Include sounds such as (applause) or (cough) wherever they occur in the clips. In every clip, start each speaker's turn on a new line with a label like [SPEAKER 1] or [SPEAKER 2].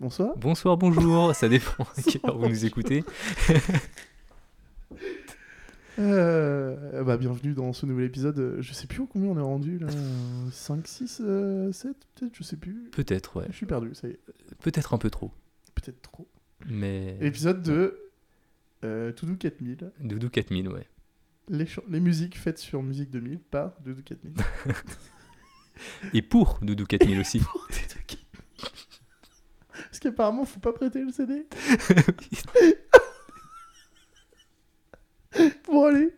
[SPEAKER 1] Bonsoir.
[SPEAKER 2] Bonsoir, bonjour, ça dépend à quelle heure vous nous écoutez.
[SPEAKER 1] Euh, bah, bienvenue dans ce nouvel épisode. Je sais plus au combien on est rendu là. 5, 6, 7 peut-être, je sais plus.
[SPEAKER 2] Peut-être, ouais.
[SPEAKER 1] Je suis perdu, ça y est.
[SPEAKER 2] Peut-être un peu trop.
[SPEAKER 1] Peut-être trop.
[SPEAKER 2] Mais.
[SPEAKER 1] Épisode de euh, Toudou 4000.
[SPEAKER 2] Doudou 4000, ouais.
[SPEAKER 1] Les, chan- les musiques faites sur Musique 2000 par Doudou 4000.
[SPEAKER 2] Et pour Doudou 4000 aussi.
[SPEAKER 1] Parce qu'apparemment, faut pas prêter le CD pour aller.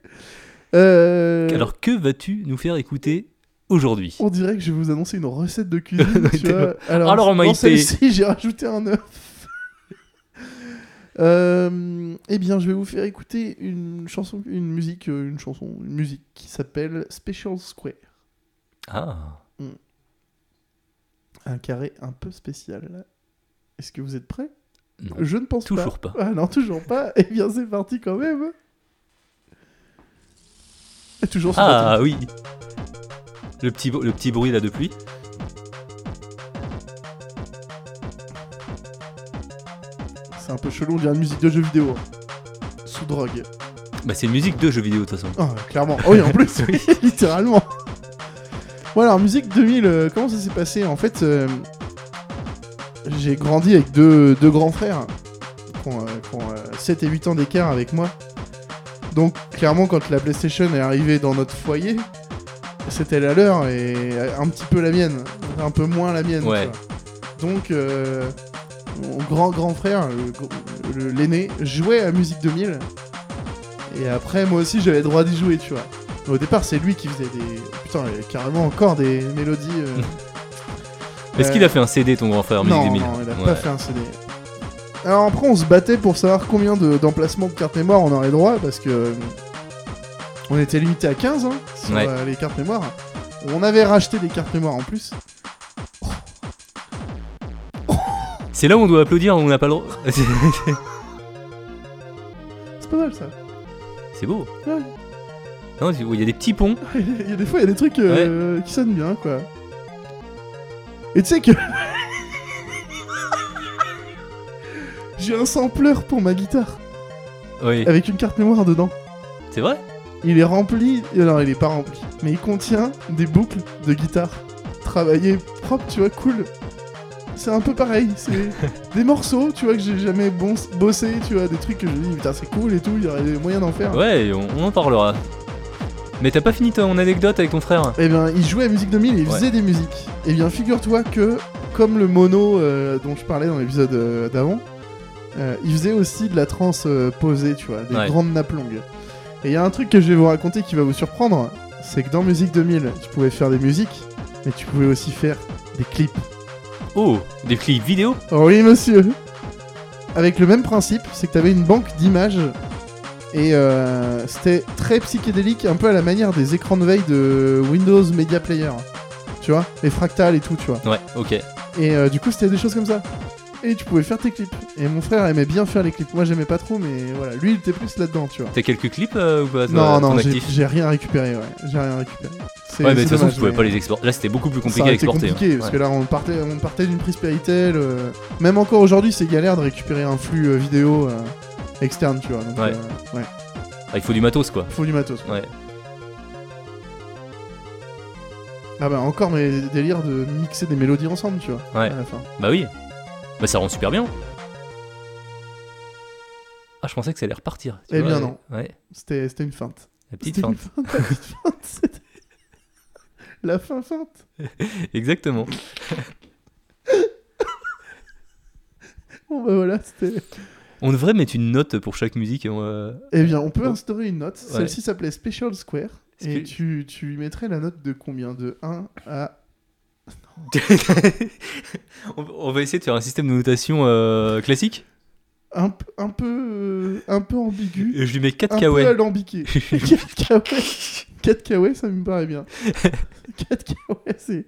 [SPEAKER 1] Euh,
[SPEAKER 2] Alors que vas-tu nous faire écouter aujourd'hui
[SPEAKER 1] On dirait que je vais vous annoncer une recette de
[SPEAKER 2] (laughs)
[SPEAKER 1] cuisine. tu vois. Alors,
[SPEAKER 2] Alors, on m'a
[SPEAKER 1] dans
[SPEAKER 2] été-
[SPEAKER 1] celle-ci, j'ai rajouté un œuf. (laughs) Euh, eh bien, je vais vous faire écouter une chanson, une musique, euh, une chanson, une musique qui s'appelle Special Square,
[SPEAKER 2] Ah,
[SPEAKER 1] un carré un peu spécial. Est-ce que vous êtes prêts
[SPEAKER 2] non.
[SPEAKER 1] Je ne pense pas.
[SPEAKER 2] Toujours pas.
[SPEAKER 1] Ah non, toujours pas. (laughs) Eh bien, c'est parti quand même. Et toujours sur la
[SPEAKER 2] Ah oui le petit, bru- le petit bruit là de pluie.
[SPEAKER 1] C'est un peu chelou, on dirait une musique de jeu vidéo. hein. Sous drogue.
[SPEAKER 2] Bah c'est une musique de jeu vidéo de toute façon.
[SPEAKER 1] Ah, clairement. Ah oui, (laughs) en plus,
[SPEAKER 2] Oui.
[SPEAKER 1] littéralement. Bon, alors, musique 2000, euh, comment ça s'est passé En fait, euh, j'ai grandi avec deux, deux grands frères qui ont, euh, qui ont, euh, 7 et 8 ans d'écart avec moi. Donc, clairement, quand la PlayStation est arrivée dans notre foyer, c'était la leur et euh, un petit peu la mienne. Un peu moins la mienne.
[SPEAKER 2] Ouais.
[SPEAKER 1] tu vois. Donc, euh, mon grand grand frère, le gr- le- l'aîné, jouait à Musique 2000. Et après, moi aussi, j'avais le droit d'y jouer, tu vois. Mais au départ, c'est lui qui faisait des. Putain, il y avait carrément encore des mélodies.
[SPEAKER 2] (laughs)
[SPEAKER 1] euh,
[SPEAKER 2] Est-ce
[SPEAKER 1] euh,
[SPEAKER 2] qu'il a fait un CD ton grand frère Musique
[SPEAKER 1] non,
[SPEAKER 2] 2000
[SPEAKER 1] non, il a
[SPEAKER 2] Ouais.
[SPEAKER 1] pas fait un CD. Alors après, on se battait pour savoir combien de- d'emplacements de, cartes mémoire on aurait droit, parce que euh, on était limité à 15 hein, sur
[SPEAKER 2] Ouais.
[SPEAKER 1] euh, les cartes mémoire. On avait racheté des cartes mémoire en plus.
[SPEAKER 2] C'est là où on doit applaudir, on n'a pas le droit. C'est-
[SPEAKER 1] (laughs) C'est pas mal ça. (laughs)
[SPEAKER 2] c'est beau.
[SPEAKER 1] Ouais.
[SPEAKER 2] Non, tu- il y a des petits ponts.
[SPEAKER 1] Il y a des fois, il y a des trucs euh, qui sonnent bien, quoi. Et tu sais que. (laughs) J'ai un sampleur pour ma guitare,
[SPEAKER 2] Oui.
[SPEAKER 1] avec une carte mémoire dedans.
[SPEAKER 2] C'est vrai
[SPEAKER 1] Il est rempli. euh, Non, il est pas rempli. Mais il contient des boucles de guitare. Travaillées, propres, tu vois, cool. C'est un peu pareil. C'est des morceaux, tu vois, que j'ai jamais bon... bossé, tu vois, des trucs que je me dis, putain, c'est cool et tout, il y aurait des moyens d'en faire.
[SPEAKER 2] Ouais, on, on en parlera. Mais t'as pas fini ton anecdote avec ton frère
[SPEAKER 1] Eh bien, il jouait à Musique 2000 et il
[SPEAKER 2] Hein. Ouais.
[SPEAKER 1] faisait des musiques. Eh bien, figure-toi que, comme le mono euh, dont je parlais dans l'épisode euh, d'avant, euh, il faisait aussi de la trance euh, posée, tu vois, des
[SPEAKER 2] Ouais.
[SPEAKER 1] grandes nappes longues. Et il y a un truc que je vais vous raconter qui va vous surprendre, c'est que dans Musique 2000, tu pouvais faire des musiques, mais tu pouvais aussi faire des clips.
[SPEAKER 2] Oh, des clips vidéo
[SPEAKER 1] Oh oui, monsieur Avec le même principe, c'est que t'avais une banque d'images, et euh, c'était très psychédélique, un peu à la manière des écrans de veille de Windows Media Player. Tu vois Les fractales et tout, tu vois.
[SPEAKER 2] Ouais, ok.
[SPEAKER 1] Et euh, du coup, c'était des choses comme ça. Et tu pouvais faire tes clips. Et mon frère aimait bien faire les clips. Moi, j'aimais pas trop, mais voilà. Lui, il était plus là-dedans, tu vois.
[SPEAKER 2] T'as quelques clips euh, ou pas toi,
[SPEAKER 1] non,
[SPEAKER 2] à ton
[SPEAKER 1] non, j'ai
[SPEAKER 2] actif
[SPEAKER 1] j'ai rien récupéré, ouais. J'ai rien récupéré. C'est-
[SPEAKER 2] Ouais, mais
[SPEAKER 1] c'est
[SPEAKER 2] de toute façon,
[SPEAKER 1] dommage,
[SPEAKER 2] tu pouvais
[SPEAKER 1] mais-
[SPEAKER 2] pas les exporter. Là, c'était beaucoup plus compliqué
[SPEAKER 1] ça
[SPEAKER 2] à
[SPEAKER 1] a été
[SPEAKER 2] exporter.
[SPEAKER 1] compliqué,
[SPEAKER 2] hein.
[SPEAKER 1] parce
[SPEAKER 2] Ouais.
[SPEAKER 1] que là on partait, on partait d'une prise Péritel. euh, même encore aujourd'hui, c'est galère de récupérer un flux euh, vidéo euh, externe, tu vois. Donc,
[SPEAKER 2] Ouais.
[SPEAKER 1] euh, ouais,
[SPEAKER 2] Ah, il faut du matos, quoi.
[SPEAKER 1] faut du matos. quoi.
[SPEAKER 2] Ouais.
[SPEAKER 1] Ah bah encore mes délires de mixer des mélodies ensemble, tu vois.
[SPEAKER 2] Ouais.
[SPEAKER 1] À la fin.
[SPEAKER 2] Bah oui. Bah ça rend super bien. Ah, je pensais que ça allait repartir. tu
[SPEAKER 1] Eh
[SPEAKER 2] vois.
[SPEAKER 1] bien, non.
[SPEAKER 2] Ouais,
[SPEAKER 1] C'était, c'était une feinte.
[SPEAKER 2] la petite
[SPEAKER 1] C'était une
[SPEAKER 2] fin.
[SPEAKER 1] feinte, la petite feinte, c'était- (laughs) La fin feinte.
[SPEAKER 2] Exactement.
[SPEAKER 1] Bon bah voilà, c'était. (laughs)
[SPEAKER 2] On devrait mettre une note pour chaque musique. euh, (laughs)
[SPEAKER 1] Eh bien, on peut
[SPEAKER 2] Bon.
[SPEAKER 1] instaurer une note.
[SPEAKER 2] Ouais.
[SPEAKER 1] Celle-ci s'appelait Special Square. Et
[SPEAKER 2] Spé-
[SPEAKER 1] tu, tu lui mettrais la note de combien De 1 à.
[SPEAKER 2] on, on va essayer de faire un système de notation euh, classique.
[SPEAKER 1] Un, p- un peu. euh, Un peu ambigu.
[SPEAKER 2] Et je lui mets 4
[SPEAKER 1] un peu
[SPEAKER 2] (laughs) kW.
[SPEAKER 1] alambiqué. 4 kawais. 4 kawais, ça me paraît
[SPEAKER 2] (laughs)
[SPEAKER 1] bien. 4 kawais, c'est.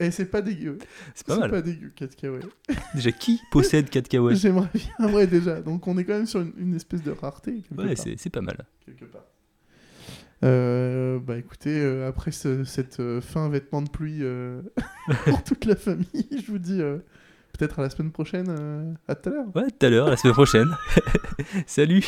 [SPEAKER 1] Et c'est pas dégueu.
[SPEAKER 2] C'est pas
[SPEAKER 1] C'est pas,
[SPEAKER 2] mal.
[SPEAKER 1] dégueu, 4 kawais.
[SPEAKER 2] Déjà, qui possède 4 kW
[SPEAKER 1] J'aimerais bien, ouais, déjà. Donc on est quand même sur une, une espèce de rareté. Quelque
[SPEAKER 2] Ouais,
[SPEAKER 1] part.
[SPEAKER 2] c'est c'est pas mal.
[SPEAKER 1] Quelque part. Euh, bah écoutez, euh, après (laughs) ce- cette euh, fin vêtement de pluie euh, pour toute la famille, je vous dis euh, Peut-être à la semaine prochaine, euh, à tout à l'heure.
[SPEAKER 2] Ouais, tout à l'heure, la semaine prochaine. (laughs) Salut